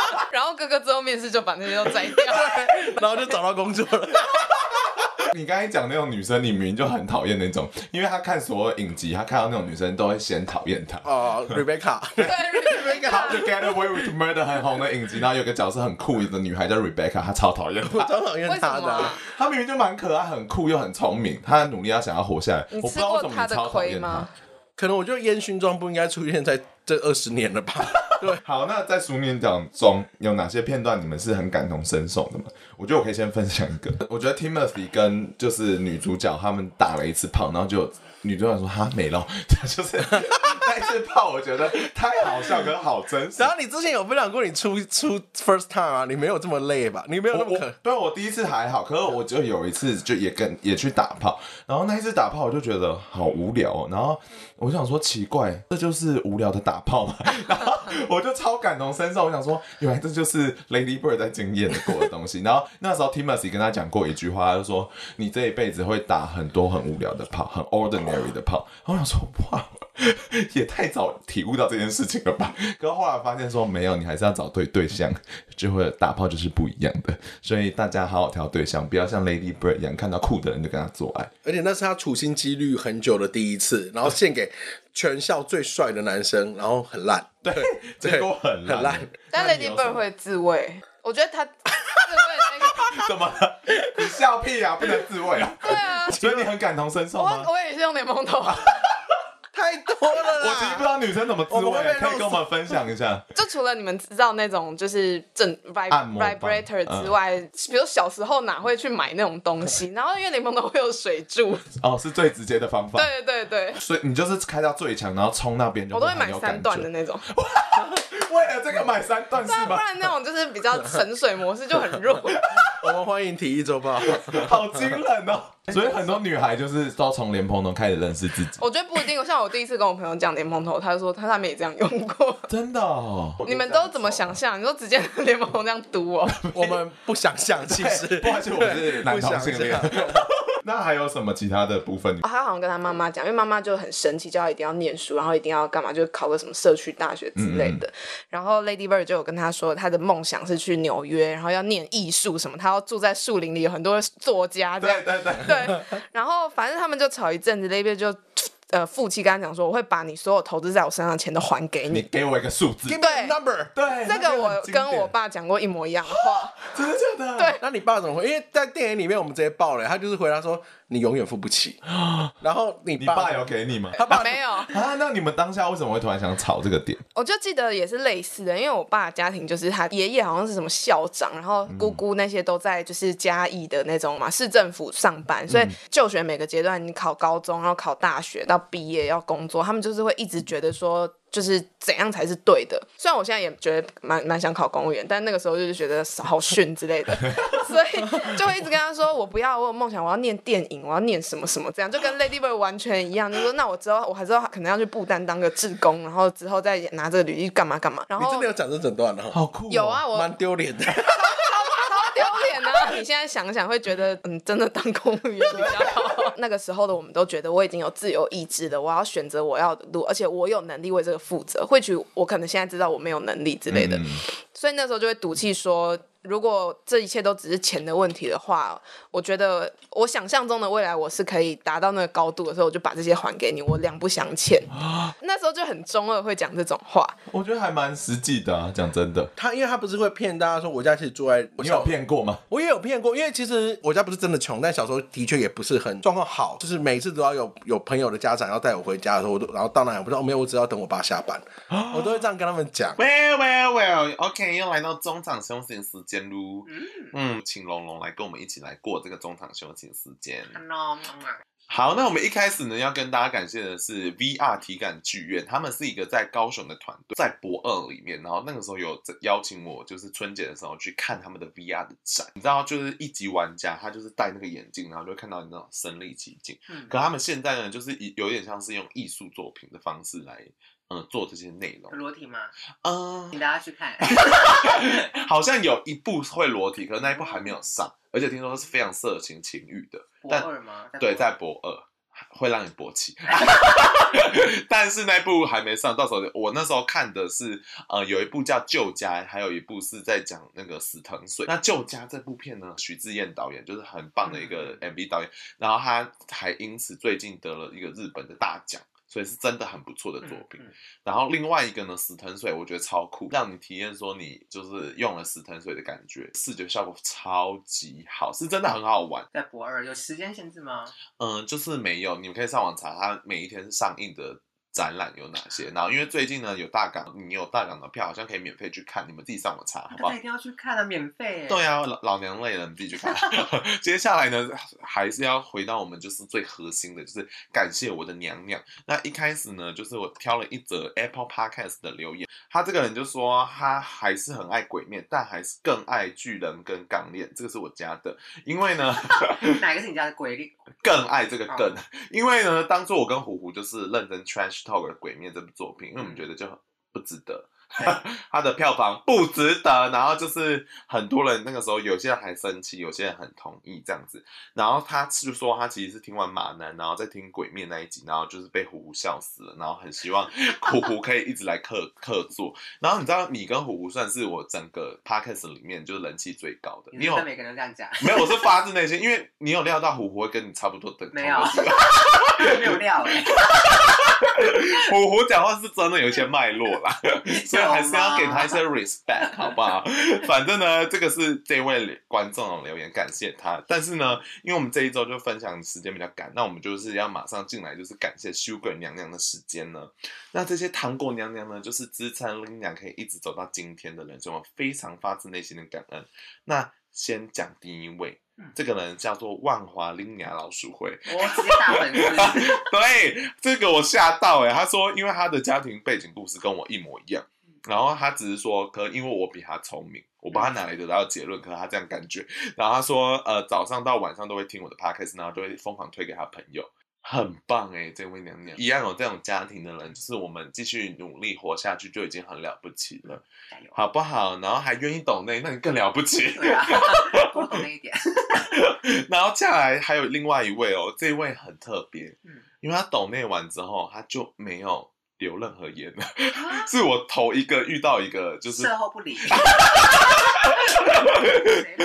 B: *laughs*
C: 然后哥哥之后面试就把那些都摘掉， *laughs*
A: 然后就找到工作了。
B: 你刚才讲那种女生，你明明就很讨厌那种，因为他看所有影集，他看到那种女生都会先讨厌
C: *laughs*
B: 她。
A: 哦，Rebecca，
C: 对
B: 就 Get Away with Murder 很红的影集，然后有个角色很酷的女孩叫 Rebecca，她超讨厌
A: 我
C: *laughs*
B: 她。
A: 超讨厌
C: 为什
A: 她的
C: 么
A: 啊
C: 啊。？
B: 她明明就蛮可爱、很酷又很聪明，她努力要想要活下来。
C: 你
B: 我不知
C: 吃
B: 道为
C: 过
B: 什么
C: 她
B: 你
C: 的
B: 超讨
C: 亏
B: 厌她
C: 吗。？
A: 可能我觉得烟熏妆不应该出现在这二十年了吧？对，
B: *laughs* 好，那在书面讲中有哪些片段你们是很感同身受的吗？我觉得我可以先分享一个，我觉得 Timothy 跟就是女主角他们打了一次炮，然后就有女主角说哈没了， *laughs* 就是那一次炮，我觉得太好笑跟好真实
A: 然。后你之前有分享过你出出 first time 啊，你没有这么累吧？你没有
B: 我
A: 那么
B: 我
A: 可
B: 对啊我第一次还好，可是我就有一次就也跟也去打炮，然后那一次打炮我就觉得好无聊、哦，然后我想说奇怪，这就是无聊的打炮嘛， *laughs* 然后我就超感同身受，我想说原来这就是 Lady Bird 在经验过的东西。然后那时候 Timothy 跟他讲过一句话，他就说你这一辈子会打很多很无聊的炮，很 ordinary 的炮。然后我想说哇， *laughs* 也太早体悟到这件事情了吧？ *laughs* 可是后来发现说没有，你还是要找对对象， *laughs* 就会打炮就是不一样的。所以大家好好挑对象，不要像 Lady Bird 一样看到酷的人就跟他做爱。
A: 而且那是他处心积虑很久的第一次，然后献给全校最帅的男生，然后很烂。对，
B: 结果很烂，
A: 很烂
C: 但
B: 那你
C: Lady
B: 有什
C: Bird
B: 么
C: 会自慰，我觉得
B: *laughs*
C: 她自慰那个，
B: 怎么 *laughs* 了？你笑屁啊！不能自慰啊！
C: *laughs* 对
B: *laughs*
C: 啊，
B: 所以你很感同身受吗？
C: 我我也是用联盟头，啊
A: 太多了
B: 我其实不知
A: 啦。
B: 道女生怎么自
A: 我们会
B: 慰，啊
A: 被
B: 可以跟我们分享一下。
C: *laughs* 就除了你们知道那种就是正 vib
B: 按摩棒嗯
C: vibrator 之外，比如小时候哪会去买那种东西，然后因为联盟头会有水柱，
B: 哦，是最直接的方法。
C: 对对对，
B: 所以你就是开到最强，然后冲那边就
C: 我都会
B: 很
C: 买
B: 有
C: 三
B: 感
C: 段
B: 觉
C: 的。啊那种，
B: 为了这个买三段是
C: 不然不
B: 吗？
C: 然那种就是比较沉水模式就很弱。
A: 我们欢迎体育周报。
D: *laughs*
B: 好惊人哦！所以很多女孩就是都从莲蓬头开始认识自己，
C: 我觉得不一定，像我第一次跟我朋友讲联盟头，他就说他他们也这样用过。
B: 真的哦。
C: 你们都怎么想象？你说直接联盟头这样读哦？
A: *laughs* 我们不想象，其实
B: 不好意思，我是男
A: 不
B: 同
A: 想
B: 性恋
A: 象。。
B: 那还有什么其他的部
D: *laughs*
B: 分？
C: 啊他好像跟他妈妈讲，因为妈妈就很生气，叫他一定要念书，然后一定要干嘛，就是考个什么社区大学之类
B: 嗯
C: 的。然后 Lady Bird 就有跟他说，他的梦想是去纽约，然后要念艺术什么，他要住在树林里，有很多作家这样
B: 对。对对，
C: 对，然后反正他们就吵一阵子，Lady Bird 就呃负气跟他讲说，我会把你所有投资在我身上的钱都还给
B: 你
C: 你。
B: 给我一个数字
A: Give。me
C: 对
A: a number。
B: 对，
C: 这
B: 那
C: 个我
B: 很经典
C: 跟我爸讲过一模一样
B: *laughs*
C: 的话，
B: 真的假的？
C: 对
A: 那你爸怎么回？因为在电影里面我们直接爆了，他就是回答说你永远付不起。然后你
B: 你
A: 爸
B: 爸有给你吗？
A: 他爸
C: 没有，
B: 啊，那你们当下为什么会突然想吵这个点？
C: 我就记得也是类似的，因为我爸的家庭就是他爷爷好像是什么校长，然后姑姑那些都在就是嘉义的那种嘛市政府上班，所以就学每个阶段，你考高中，然后考大学，到毕业要工作，他们就是会一直觉得说。就是怎样才是对的？虽然我现在也觉得蛮蛮想考公务员，但那个时候就是觉得好逊之类的， *laughs* 所以就会一直跟他说：“我不要，我有梦想，我要念电影，我要念什么什么，这样就跟 Lady Bird 完全一样。”就说：“那我之后我还知道可能要去不丹当个志工，然后之后再拿这个履历干嘛干嘛。”然
A: 你真
C: 后
A: 的有讲这整段的哈，
B: 好酷哦！
C: 有
A: *laughs*
C: 啊，我
A: 蛮丢脸的。
C: 超丢脸啊！你现在想想会觉得，嗯，真的当公务员比较好。 *laughs* 那个时候的我们都觉得我已经有自由意志了，我要选择我要的路，而且我有能力为这个负责。或许我可能现在知道我没有能力之类
D: 嗯
B: 嗯
C: 的，所以那时候就会赌气说。如果这一切都只是钱的问题的话，我觉得我想象中的未来我是可以达到那个高度的时候，我就把这些还给你，我两不相欠。那时候就很中二，会讲这种话。
B: 我觉得还蛮实际的啊，讲真的。
A: 他因为他不是会骗大家说我家其实住在，我
B: 你
A: 小
B: 有骗过吗？
A: 我也有骗过，因为其实我家不是真的穷，但小时候的确也不是很状况好，就是每次都要有有朋友的家长要带我回家的时候，我都然后到那里我不知道，哦没有，我只要等我爸下班，我都会这样跟他们讲。
D: Well, well, well. OK，又来到中场休息时间喽。嗯，请龙龙来跟我们一起来过这个中场休息时间。好，那我们一开始呢，要跟大家感谢的是 VR 体感剧院，他们是一个在高雄的团队，在博二里面，然后那个时候有邀请我，就是春节的时候去看他们的 VR 的展。你知道，就是一级玩家，他就是戴那个眼镜，然后就会看到你那种身临其境。
B: 嗯
D: 可他们现在呢，就是以有点像是用艺术作品的方式来，嗯、做这些内容。
E: 裸体吗？
D: 嗯、
E: 请大家
B: *laughs*
E: 去看。
D: *laughs* 好像有一部会裸体，可是那一部还没有上，而且听说是非常色情情欲的。
E: 博
D: 但
E: 二吗？
D: 对，
E: 博二
D: 在博二。
B: 会让你勃起。 *laughs* 但是那部还没上，到时候我那时候看的是，呃，有一部叫《旧家》，还有一部是在讲那个死藤水。那《旧家》这部片呢，许志燕导演就是很棒的一个 MV 导演，然后他还因此最近得了一个日本的大奖。所以是真的很不错的
E: 嗯
B: 作品。然后另外一个呢，死藤水我觉得超酷，让你体验说你就是用了死藤水的感觉，视觉效果超级好，是真的很好玩。
E: 在博二有时间限制吗？
B: 嗯，就是没有，你们可以上网查它每一天上映的展览有哪些。然后因为最近呢有大港，你有大港的票，好像可以免费去看，你们自己上网查好不
E: 大
B: 好
E: 家一？定要去看啊，免费耶。
B: 对啊，老老娘累了，你自己去 *laughs* 看。接下来呢，还是要回到我们就是最核心的，就是感谢我的娘娘。那一开始呢，就是我挑了一则 Apple Podcast 的留言，他这个人就说他还是很爱鬼面，但还是更爱巨人跟港恋，这个是我家的，因为呢。
E: 哪个是你家的鬼力？
B: 更爱这个更， *laughs* 因为呢，当初我跟虎虎就是认真 trash talk 的《鬼面》这部作品，因为我们觉得就很不值得， *laughs* 它的票房不值得，然后就是很多人那个时候有些人还生气，有些人很同意这样子，然后他就说他其实是听完马南，然后再听《鬼面》那一集，然后就是被虎虎笑死了，然后很 *laughs* 希望虎虎可以一直来客客座，然后你知道你跟虎虎算是我整个 podcast 里面就是人气最高的，
E: 你
B: *laughs* 你
E: 是
B: 有
E: 跟每个人都这
B: *laughs*
E: 样讲，
B: 没有，我是发自内心，因为你有料到虎虎会跟你差不多等同的
E: 没有
B: 地方
E: 没有料哎。
B: 虎虎讲话是真的有一些脉络啦，所以还是要给他一些 respect，好不好？反正呢，这个是这位观众的留言，感谢他。但是呢，因为我们这一周就分享时间比较赶，那我们就是要马上进来，就是感谢 Sugar 娘娘的时间呢。那这些糖果娘娘呢，就是支撑林娘可以一直走到今天的人生，我非常发自内心的感恩。那先讲第一位
E: 嗯。
B: 这个人叫做万华林雅老鼠会，
E: 我直接打粉丝， *laughs*
B: *laughs* 对，这个我吓到哎、欸，他说因为他的家庭背景故事跟我一模一样，然后他只是说，可能因为我比他聪明，我不知道他哪里得到的结论，可是他这样感觉。然后他说，呃，早上到晚上都会听我的 podcast，然后都会疯狂推给他朋友。很棒哎、这位娘娘一样有这种家庭的人，就是我们继续努力活下去就已经很了不起了，
E: 加油！
B: 好不好？然后还愿意懂内，那你更了不起。
E: 对啊，多懂那一
B: *laughs*
E: 点。
B: 然后接下来还有另外一位哦，这位很特别，
E: 嗯
B: 因为他抖内完之后，他就没有留任何言了， *laughs* 是我头一个遇到一个就是
E: 售后
B: *laughs*
E: 不理。谁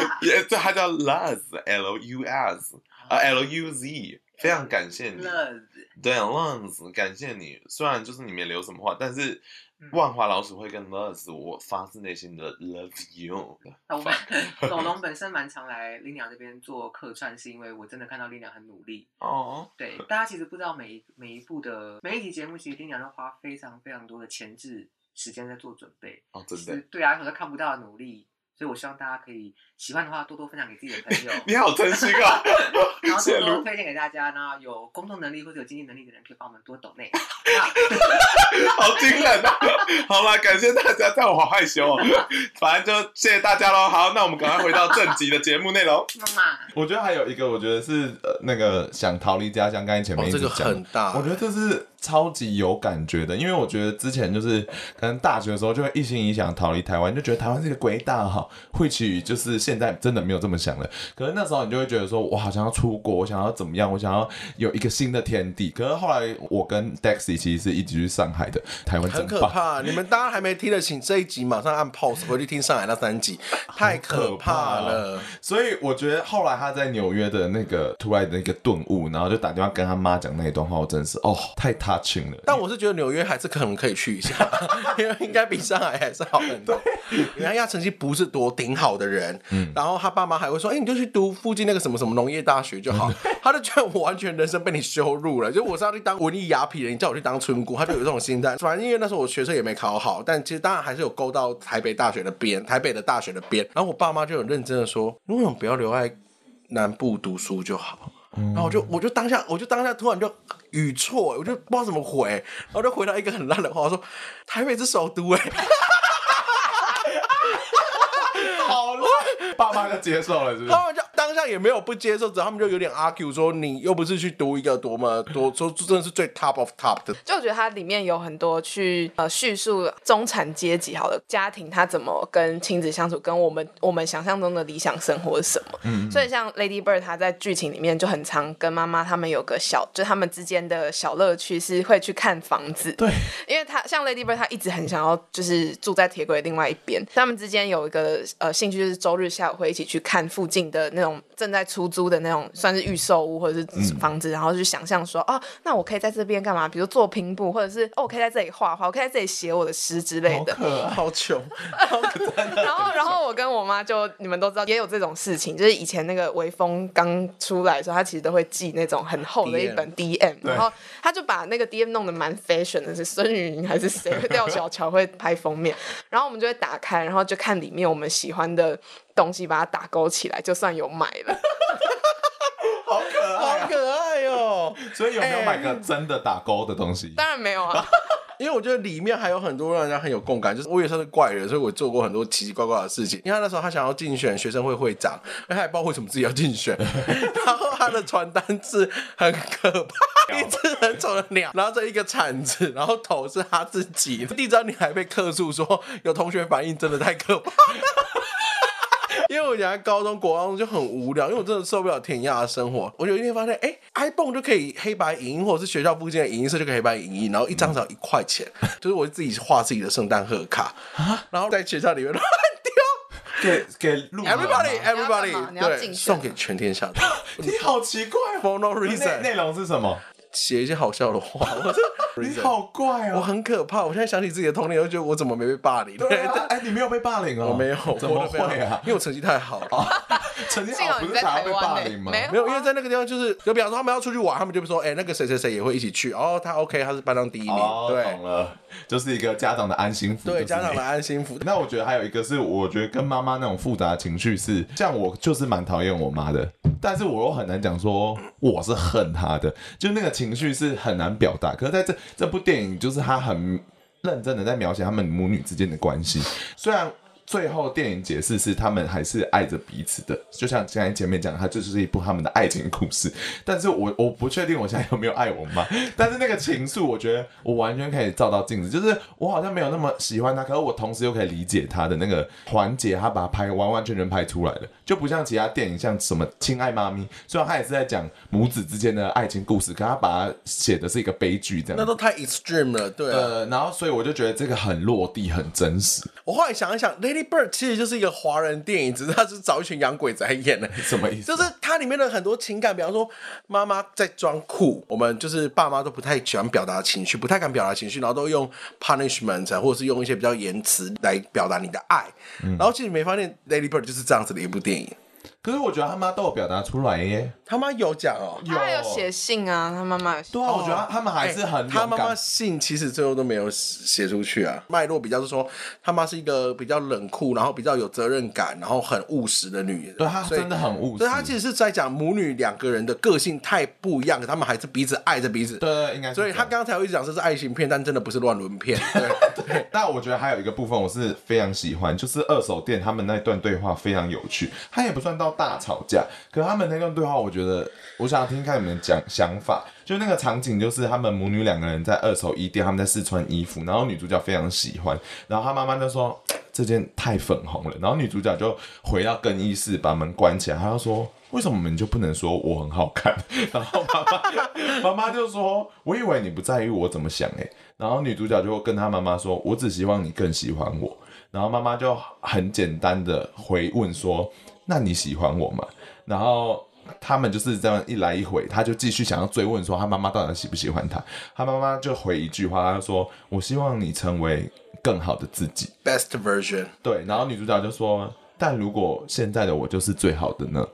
E: 啦？
B: 也这他叫 Luz L U S 啊 L U Z，非常感谢你，
E: Love，
B: 对 Luz，感谢你。虽然就是你没留什么话，但是
E: 嗯
B: 万华老鼠会跟 Luz，我发自内心的 love you。
E: 那我们 *laughs* 龙龙本身蛮常来林鸟这边做客串，是因为我真的看到林鸟很努力。
B: 哦， *laughs*
E: 对，大家其实不知道每一每一部的每一集节目，其实林鸟都花非常非常多的前置时间在做准备。
B: 哦，
E: 就
B: 真
E: 是
B: 的，，
E: 对啊，有时候看不到的努力，所以我希望大家可以喜欢的话，多多分享给自己的朋友
B: *laughs* 你好真心啊，
E: *laughs*
B: *laughs*
E: 然后
B: 谢谢
E: 多多
B: 卢。
E: 推荐给大家。那有工作能力或者有经济能力的人，可以帮我们多
B: *laughs*
E: 抖内。
B: 好惊人啊！ *laughs* 好啦，感谢大家，但我好害羞哦。 *laughs* 反正就谢谢大家喽。好，那我们赶快回到正集的节目内容。
E: 妈妈，
F: *laughs* 我觉得还有一个，我觉得是呃那个想逃离家乡，刚才前面
A: 哦，
F: 一
A: 这
F: 直
A: 个
F: 讲。
A: 很大，
F: 我觉得这是超级有感觉的，因为我觉得之前就是可能大学的时候就会一心一想逃离台湾，就觉得台湾是一个鬼岛哈。或许就是现在真的没有这么想了，可是那时候你就会觉得说，我好想要出国，我想要怎么样，我想要有一个新的天地。可是后来我跟 Dexy 其实是一起去上海的，台湾
A: 很
F: 真
A: 可
F: 棒。
A: 怕。你们大家还没听的，请这一集马上按 pause 回去听上海那三集，太可怕了。
F: 所以我觉得后来他在纽约的那个突然的一个顿悟，然后就打电话跟他妈讲那一段话，我真的是哦太 touching 了。 *laughs*
A: 但我是觉得纽约还是可能可以去一下，因为应该比上海还是好很多。原来他成绩不是多顶好的人，然后他爸妈还会说：“哎、你就去读附近那个什么什么农业大学就好。”他就觉得我完全人生被你羞辱了，就我是要去当文艺雅痞人，你叫我去当村姑，他就有这种心态。反正因为那时候我学生也没考好，但其实当然还是有勾到台北大学的边，台北的大学的边。然后我爸妈就很认真的说：“你为什么不要留在南部读书就好。然后我就我就当下我就当下突然就语错，我就不知道怎么回，然后就回到一个很烂的话，我说台北是首都哎、
F: 好了，爸妈就接受了，是不是？
A: *laughs* 他们就当当下也没有不接受，只是他们就有点 argue 说，你又不是去读一个多么多，说真的是最 top of top 的。
C: 就我觉得它里面有很多去呃叙述中产阶级好的家庭，他怎么跟亲子相处，跟我们我们想象中的理想生活是什么。
B: 嗯，
C: 所以像 Lady Bird，她在剧情里面就很常跟妈妈他们有个小，就他们之间的小乐趣是会去看房子。
B: 对，
C: 因为她像 Lady Bird，她一直很想要就是住在铁轨另外一边。他们之间有一个呃兴趣，就是周日下午会一起去看附近的那种正在出租的那种算是预售屋或者
B: 嗯
C: 是房子，然后去想象说哦，那我可以在这边干嘛？比如做拼布，或者是哦，我可以在这里画画，我可以在这里写我的诗之类
B: 好
C: 的。
B: 可爱。
A: 好穷，
C: 然后，然后我跟我妈就你们都知道，也有这种事情，就是以前那个微风刚出来的时候，她其实都会寄那种很厚的一本 DM，然后她就把那个 DM 弄得蛮 fashion 的，是孙雨宁还是谁，廖小乔会拍封面，然后我们就会打开，然后就看里面我们喜欢的东西，把它打勾起来，就算有买了。
B: 好可爱
A: 好
B: 啊！
A: 可爱哦、
B: 所以有没有买个真的打勾的东西？
C: 当然没有啊，
A: 因为我觉得里面还有很多让人家很有共感，就是我也算是怪人，所以我做过很多奇奇怪怪的事情。因为他那时候他想要竞选学生会会长，哎而他也不知道为什么自己要竞选， *laughs* 然后他的传单是很可怕，一只很丑的鸟，然后这一个铲子，然后头是他自己的。第张你还被客诉说有同学反映真的太可怕。因为我以前高中国高中就很无聊，因为我真的受不了填鸭的生活。我有一天发现，哎、i p h o n e 就可以黑白影印，或者是学校附近的影印社就可以黑白影印，然后一张只要一块钱，
C: 嗯
A: 就是我自己画自己的圣诞贺卡，
C: 啊
A: 然后在学校里
C: *laughs*
A: 面乱丢。
B: 给给路人
A: Everybody,
B: 吗
C: 你要干嘛
A: everybody，
C: 你要
A: 对，
C: 竞选啊
A: 送给全天下的。
B: 你好奇怪哦。
A: For no
B: 内
A: reason，
B: 内容是什么？
A: 写一些好笑的话，我真的
C: *laughs*
B: 你好怪
A: 我
B: 哦！
A: 很可怕。我现在想起自己的童年，我就觉得我怎么没被霸凌？
B: 对啊，哎，你没有被霸凌哦？
A: 我没有，
B: 怎么
A: 我没有
B: 会啊
A: 因？为我成绩太好了。
B: 曾经
C: 幸好
B: 好
C: 你
B: 不是
C: 在
B: 想
C: 台
B: 要被霸
C: 湾呢、
B: 凌吗？
C: 没
A: 没有，
C: 啊
A: 因为在那个地方就是，就比方说他们要出去玩，他们就会说，哎、那个谁谁谁也会一起去。哦，他 OK，他是班上第一名，
B: 哦，
A: 对
B: 懂了，就是一个家长的安心服，
A: 对，
B: 就是
A: 家长
B: 你
A: 的安心服。
B: 那我觉得还有一个是，我觉得跟妈妈那种复杂的情绪是，像我就是蛮讨厌我妈的，但是我又很难讲说我是恨她的，就那个情绪是很难表达。可是在这这部电影，就是她很认真的在描写他们母女之间的关系，虽然。最后电影解释是他们还是爱着彼此的，就像刚才前面讲，它就是一部他们的爱情故事。但是我我不确定我现在有没有爱我妈，但是那个情愫，我觉得我完全可以照到镜子，就是我好像没有那么喜欢她，可是我同时又可以理解她的那个环节，她把它拍完完全全拍出来了，就不像其他电影，像什么《亲爱妈咪》，虽然她也是在讲母子之间的爱情故事，可她把它写的是一个悲剧这样
A: 那
B: 子。
A: 都太 extreme 了，对啊、
B: 呃，然后所以我就觉得这个很落地，很真实。
A: 我后来想一想，Lady Bird 其实就是一个华人电影，只是他是找一群洋鬼子来演的。
B: 什么意思？
A: 就是它里面的很多情感，比方说妈妈在装酷，我们就是爸妈都不太喜欢表达情绪，不太敢表达情绪，然后都用 punishment 或者是用一些比较言辞来表达你的爱。
B: 嗯
A: 然后其实没发现 Lady Bird 就是这样子的一部电影，
B: 可是我觉得他妈都有表达出来耶。
A: 他妈有讲哦，
C: 她还有写信啊，她妈妈有写
B: 对。啊，我觉得他们还是很
A: 欸
B: 勇
A: 哦他
B: 敢。
A: 妈妈信其实最后都没有写出去啊。脉络比较是说，他妈是一个比较冷酷，然后比较有责任感，然后很务实的女人。
B: 对她
A: 所以
B: 真的很务实
A: 所以她其实是在讲母女两个人的个性太不一样，可他们还是彼此爱着彼此。
B: 对对，对应该是这
A: 所以
B: 样。
A: 他刚才我一直讲这是爱情片，但真的不是乱伦 *laughs* 片。对，
B: 但我觉得还有一个部分我是非常喜欢，就是二手店他们那段对话非常有趣，他也不算到大吵架，可他们那段对话，我觉得我想要听看你们讲想法。就那个场景，就是他们母女两个人在二手衣店，他们在试穿衣服，然后女主角非常喜欢，然后她妈妈就说这件太粉红了，然后女主角就回到更衣室把门关起来，她就说。为什么你就不能说我很好看？ *laughs* 然后妈妈妈妈就说：“我以为你不在意我怎么想诶、欸然后女主角就跟她妈妈说：“我只希望你更喜欢我。”然后妈妈就很简单的回问说：“那你喜欢我吗？”然后他们就是这样一来一回，他就继续想要追问说他妈妈到底喜不喜欢他。他妈妈就回一句话，他就说：“我希望你成为更好的自己。
A: best version。”
B: 对，然后女主角就说：“但如果现在的我就是最好的呢？”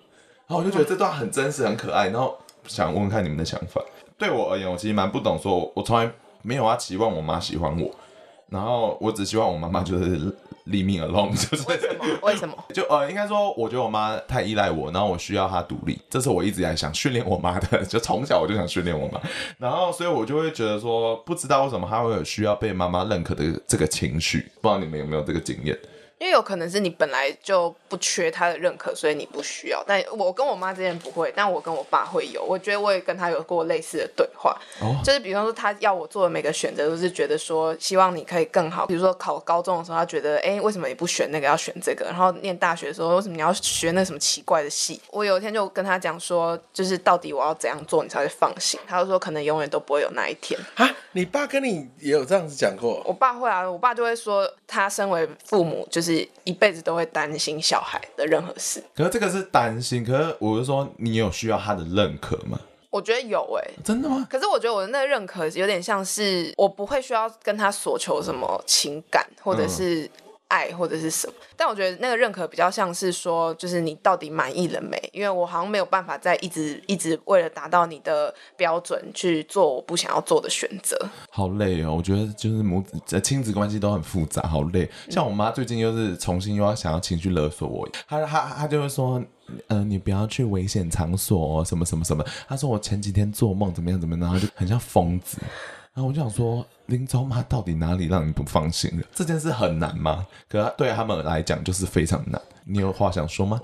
B: 然后我就觉得这段很真实，很可爱，然后想问问看你们的想法。对我而言，我其实蛮不懂说，我我从来没有要啊期望我妈喜欢我，然后我只希望我妈妈就是 leave me alone，就是
C: 为什么？为什么？
B: 就呃，应该说，我觉得我妈太依赖我，然后我需要她独立，这是我一直以来想训练我妈的， *laughs* 就从小我就想训练我妈，然后所以我就会觉得说，不知道为什么她会有需要被妈妈认可的这个情绪，不知道你们有没有这个经验？
C: 因为有可能是你本来就不缺他的认可，所以你不需要。但我跟我妈之间不会，但我跟我爸会有。我觉得我也跟他有过类似的对话，
B: 哦
C: 就是比方说他要我做的每个选择，都是觉得说希望你可以更好。比如说考高中的时候，他觉得哎、诶为什么你不选那个要选这个？然后念大学的时候，为什么你要学那什么奇怪的系？我有一天就跟他讲说，就是到底我要怎样做你才会放心？他就说可能永远都不会有那一天。
A: 啊，你爸跟你也有这样子讲过？
C: 我爸会啊，我爸就会说，他身为父母，就是一辈子都会担心小孩的任何事。
B: 可是这个是担心，可是我是说，你有需要他的认可吗？
C: 我觉得有哎、
B: 真的吗？
C: 可是我觉得我的那个认可有点像是我不会需要跟他索求什么情感或者是爱或者是什么，但我觉得那个认可比较像是说，就是你到底满意了没？因为我好像没有办法再一直一直为了达到你的标准去做我不想要做的选择。
B: 好累哦，我觉得就是母子呃亲子关系都很复杂，好累。
C: 嗯
B: 像我妈最近又是重新又要想要情绪勒索我，她她她就会说，呃，你不要去危险场所、哦，什么什么什么。她说我前几天做梦怎么样怎么样，然后就很像疯子。然后我就想说，林州妈到底哪里让你不放心了？这件事很难吗？可是对他们来讲就是非常难。你有话想说吗？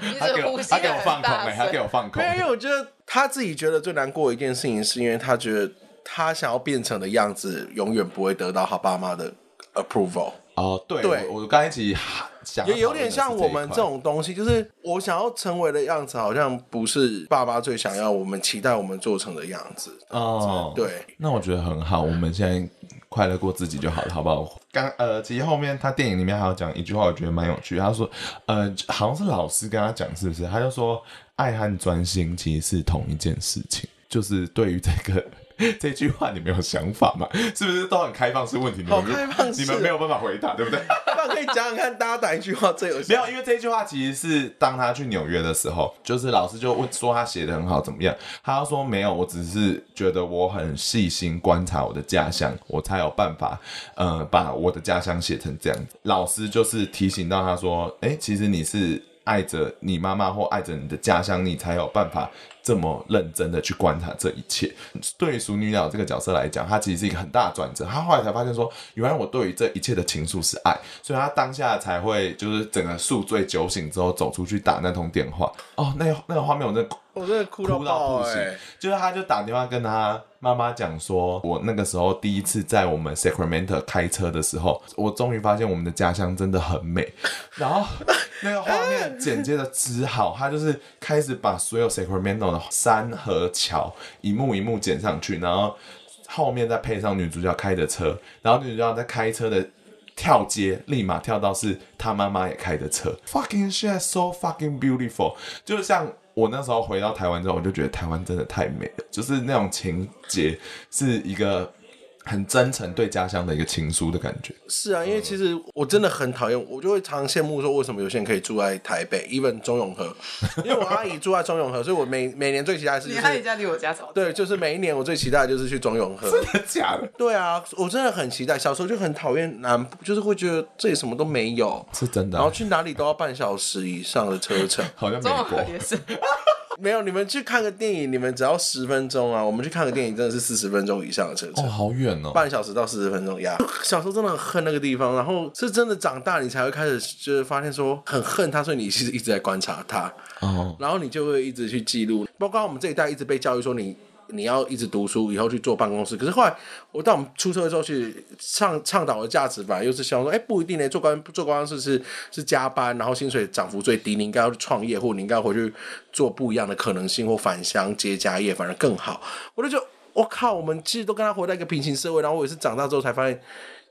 C: 你
B: 她给
C: 是
B: 我
C: 呼吸
B: 她给我
C: 很
B: 放空
C: 大
B: 哎、她给
C: 声，
B: 我放空
A: 没。有，因为我觉得他自己觉得最难过的一件事情，是因为他觉得他想要变成的样子，永远不会得到他爸妈的 approval。
B: 哦，对，
A: 对
B: 我我刚一起想要
A: 也有
B: 讨论
A: 点
B: 的是
A: 像
B: 一
A: 我们
B: 块
A: 这种东西，就是我想要成为的样子，好像不是爸妈最想要我们期待我们做成的样子。
B: 哦，
A: 对，
B: 那我觉得很好，我们现在快乐过自己就好了，好不好？刚呃，其实后面他电影里面还有讲一句话，我觉得蛮有趣。他说，呃，好像是老师跟他讲，是不是？他就说，爱和专心其实是同一件事情。就是对于这个 *laughs* 这句话，你没有想法吗？是不是都很开放式问题？你们
A: 好开放式
B: 你们没有办法回答，对不对？
A: 那可以讲讲看，大家哪一句话最有
B: 没
A: 效？
B: 有，因为这句话其实是当他去纽约的时候，就是老师就问说他写的很好怎么样，他就说没有，我只是觉得我很细心观察我的家乡，我才有办法，呃，把我的家乡写成这样子。老师就是提醒到他说，哎、其实你是爱着你妈妈或爱着你的家乡，你才有办法这么认真的去观察这一切。对于熟女鸟这个角色来讲，她其实是一个很大的转折。她后来才发现说，原来我对于这一切的情愫是爱，所以她当下才会就是整个宿醉酒醒之后走出去打那通电话。哦，那那个画面我真的
A: 我真的哭到
B: 哭到
A: 爆
B: 不
A: 哎、
B: 行。就是他就打电话跟他妈妈讲说，我那个时候第一次在我们 Sacramento 开车的时候，我终于发现我们的家乡真的很美。然后那个画面剪接的只好，他就是开始把所有 Sacramento 的山和桥一幕一幕剪上去，然后后面再配上女主角开的车，然后女主角在开车的。跳街，立马跳到是她妈妈也开的车，fucking shit，so fucking beautiful。就像我那时候回到台湾之后，我就觉得台湾真的太美了，就是那种情节是一个很真诚对家乡的一个情书的感觉。
A: 是啊，因为其实我真的很讨厌，我就会常羡慕说，为什么有些人可以住在台北，even 中永和，因为我阿姨住在中永和，所以我每每年最期待的事
C: 你
A: 就
C: 阿姨
A: 是，
C: 家离我家超近
A: 对，就是每一年我最期待的就是去中永和。
B: 真的假的？
A: 对啊，我真的很期待。小时候就很讨厌南部，就是会觉得这里什么都没有，
B: 是真的
A: 然
B: 啊、
A: 后去哪里都要半小时以上的车程。 *laughs*
B: 好像美
C: 中
B: 国
C: 和也是，
A: 没有，你们去看个电影，你们只要十分钟啊！我们去看个电影真的是四十分钟以上的车程。
B: 哦，好远哦。
A: 半小时到四十分钟呀。小时候真的很恨那个地方，然后是真的长大你才会开始就是发现说很恨它，所以你其实一直在观察它，
B: 哦，
A: 然后你就会一直去记录。包括我们这一代一直被教育说你。你要一直读书，以后去做办公室。可是后来，我到我们出社会之后，去倡倡导的价值反而又是希望说，哎、不一定呢，做官做办公室是是加班，然后薪水涨幅最低，你应该要去创业，或你应该回去做不一样的可能性，或返乡接家业，反而更好。我就觉得，我靠，我们其实都跟他活在一个平行社会，然后我也是长大之后才发现。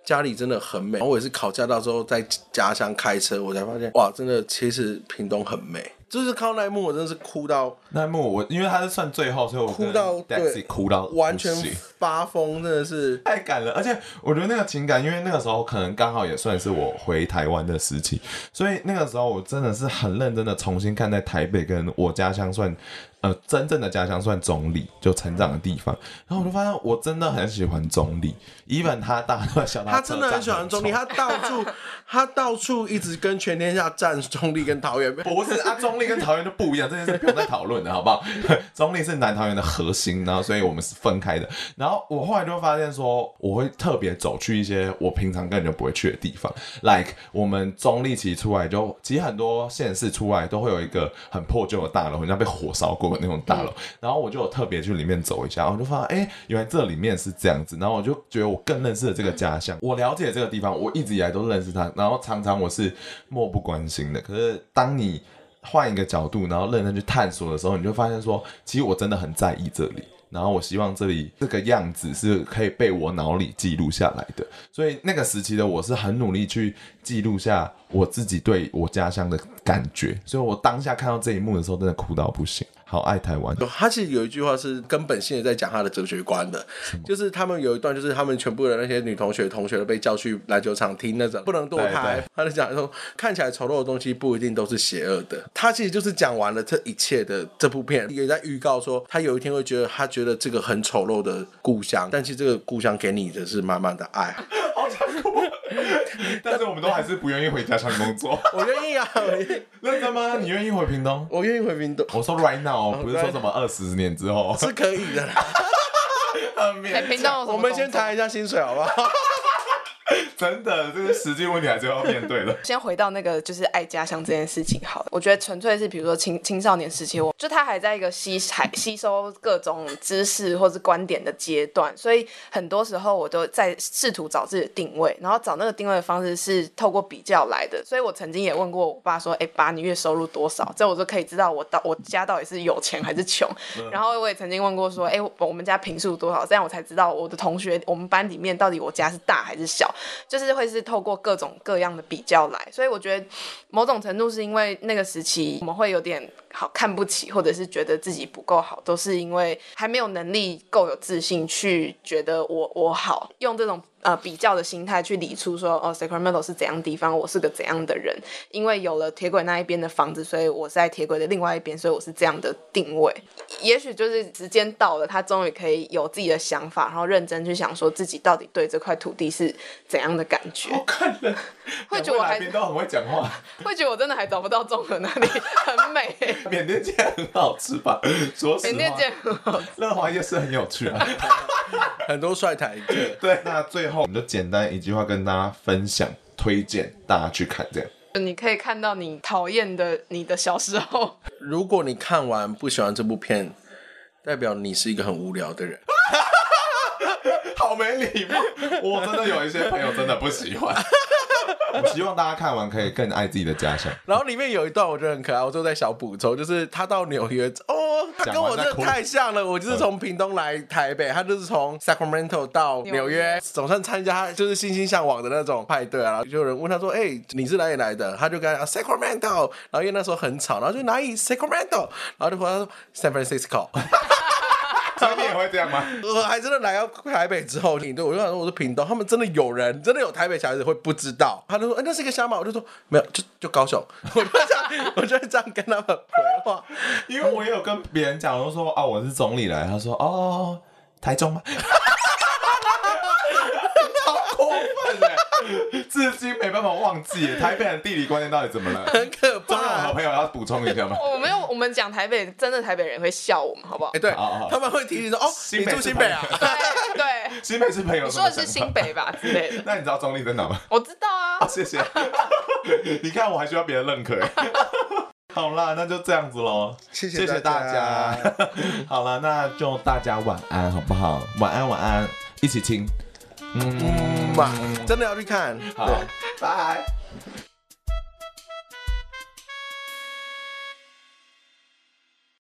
A: 家里真的很美，然后我也是考驾照之后在家乡开车，我才发现哇，真的其实屏东很美。就是看到那一幕，我真的是哭到
B: 那一幕我因为他是算最后，所以我
A: 哭到
B: 跟 Daxi
A: 对
B: 哭到
A: 完全
B: 不行
A: 发疯，真的是
B: 太感人，而且我觉得那个情感，因为那个时候可能刚好也算是我回台湾的时期，所以那个时候我真的是很认真的重新看待台北跟我家乡算，呃，真正的家乡算中立，就成长的地方。然后我就发现我真的很喜欢中立，even 他大到小到
A: 他真的很喜欢中立，他到处他到处一直跟全天下站中立跟桃园。
B: *laughs* 不是啊，中中立跟桃园就不一样，这件事不用再讨论了，好不好？ *laughs* 中立是南桃园的核心，然后所以我们是分开的。然后我后来就发现说，我会特别走去一些我平常根本就不会去的地方，like 我们中立其实出来就，其实很多县市出来都会有一个很破旧的大楼，很像被火烧过的那种大楼。然后我就有特别去里面走一下，我就发现，哎、原来这里面是这样子。然后我就觉得我更认识了这个家乡，我了解这个地方，我一直以来都认识它。然后常常我是漠不关心的，可是当你换一个角度，然后认真去探索的时候，你就发现说，其实我真的很在意这里。然后我希望这里这个样子是可以被我脑里记录下来的，所以那个时期的我是很努力去记录下我自己对我家乡的感觉，所以我当下看到这一幕的时候，真的哭到不行，好爱台湾。
A: 他其实有一句话是根本性的在讲他的哲学观的，就是他们有一段就是他们全部的那些女同学同学都被叫去篮球场听那种不能堕
B: 对
A: 胎
B: 对，
A: 他就讲说看起来丑陋的东西不一定都是邪恶的。他其实就是讲完了这一切的这部片，也在预告说他有一天会觉得他觉得这个很丑陋的故乡，但其实这个故乡给你的是满满的
C: *laughs*
A: 爱。
B: *laughs* 但是我们都还是不愿意回家乡工作，
A: 我愿意啊，我愿意
B: *laughs* 认真吗？你愿意回屏东？
A: 我愿意回屏东
B: 我说 right now，不是说什么二十年之 *laughs* 后。
A: 是可以的
C: *laughs*
A: 啦。
C: 哎平东有什么
A: 我们先
C: 工作
A: 谈一下薪水好不好？ *laughs*
B: 真的，这是实际问题，还是要面对的。
C: 先回到那个就是爱家乡这件事情好了，我觉得纯粹是比如说青青少年时期，我就他还在一个吸采吸收各种知识或是观点的阶段，所以很多时候我都在试图找自己的定位，然后找那个定位的方式是透过比较来的。所以我曾经也问过我爸说：“哎、爸，你月收入多少？”这样我就可以知道我到我家到底是有钱还是穷。然后我也曾经问过说：“哎、我我们家平数多少？”这样我才知道我的同学我们班里面到底我家是大还是小。就是会是透过各种各样的比较来，所以我觉得某种程度是因为那个时期我们会有点好看不起，或者是觉得自己不够好，都是因为还没有能力够有自信去觉得我我好，用这种呃比较的心态去理出说哦 Sacramento 是怎样的地方，我是个怎样的人，因为有了铁轨那一边的房子，所以我是在铁轨的另外一边，所以我是这样的定位。也许就是时间到了，他终于可以有自己的想法，然后认真去想说自己到底对这块土地是怎样的感觉。
B: 好 *laughs* 看人，
C: 会觉得我
B: 两位来
C: 还
B: 宾都很会讲话，
C: 哦
B: *laughs*
C: 会觉得我真的还找不到综合那 *laughs* 里很美，
B: 缅甸街很好吃吧？说实
C: 缅甸
B: 话，
C: 见过。
B: 乐华夜市很有趣 *laughs* 啊。
A: 很多帅台客。
B: 对，那最后我们就简单一句话跟大家分享，推荐大家去看这样。
C: 你可以看到你讨厌的你的小时候，
A: 如果你看完不喜欢这部片，代表你是一个很无聊的人。
B: 好没礼貌，我真的有一些朋友真的不喜 *laughs* 欢。我希望大家看完可以更爱自己的家 *laughs* 乡。
A: *laughs* 然后里面有一段我觉得很可爱，我就在小补充，就是他到纽约哦，他跟我真的太像了。我就是从屏东来台北，他就是从 Sacramento 到纽
C: 纽
A: 约
C: 约，
A: 总算参加就是欣欣向往的那种派对啊。然后就有人问他说：“哎、你是哪里来的？”他就跟他讲 Sacramento，然后因为那时候很吵，然后就哪里 Sacramento，然后就回答说 San Francisco。
B: 所以你也会这样吗？
A: 我呃还真的来到台北之后，领队我就想说我是屏东，他们真的有人，真的有台北小孩子会不知道，他就说，哎、那是一个乡嘛，我就说没有，就就高
B: *laughs*
A: 雄，我就这样，我就这样跟他们回话，
B: 因为我也有跟别人讲，我就说啊，我是总理来，他说哦，台中吗？ *laughs* 超过分欸至今没办法忘记耶台北人地理观念到底怎么了？
C: *laughs*
A: 很可
B: 中友好
A: 怕。
B: 朋友要补充一下吗？
C: 哦我没有，我们讲台北，真的台北人会笑我们，好不好
A: 哎、？对
B: 好好好
A: 他们会提醒说，哦，你
B: 新北
A: 住新北啊
B: 是，台
C: 对对，
B: 新北是朋友，
C: 你说的是新。北吧之类的，
B: *laughs* 那你知道中立在哪吗？
C: 我知道啊
B: 啊，。谢 *laughs* 谢。你看我还需要别人认可耶。 *laughs* 好啦，那就这样子喽。
A: 谢
B: 谢谢大家。
A: *laughs*
B: *laughs* 好了，那就大家晚安，好不好？晚安，晚安，一起听。嗯，
A: 嗯嘛，真的要去看，
B: 好
A: 对。，
B: 拜。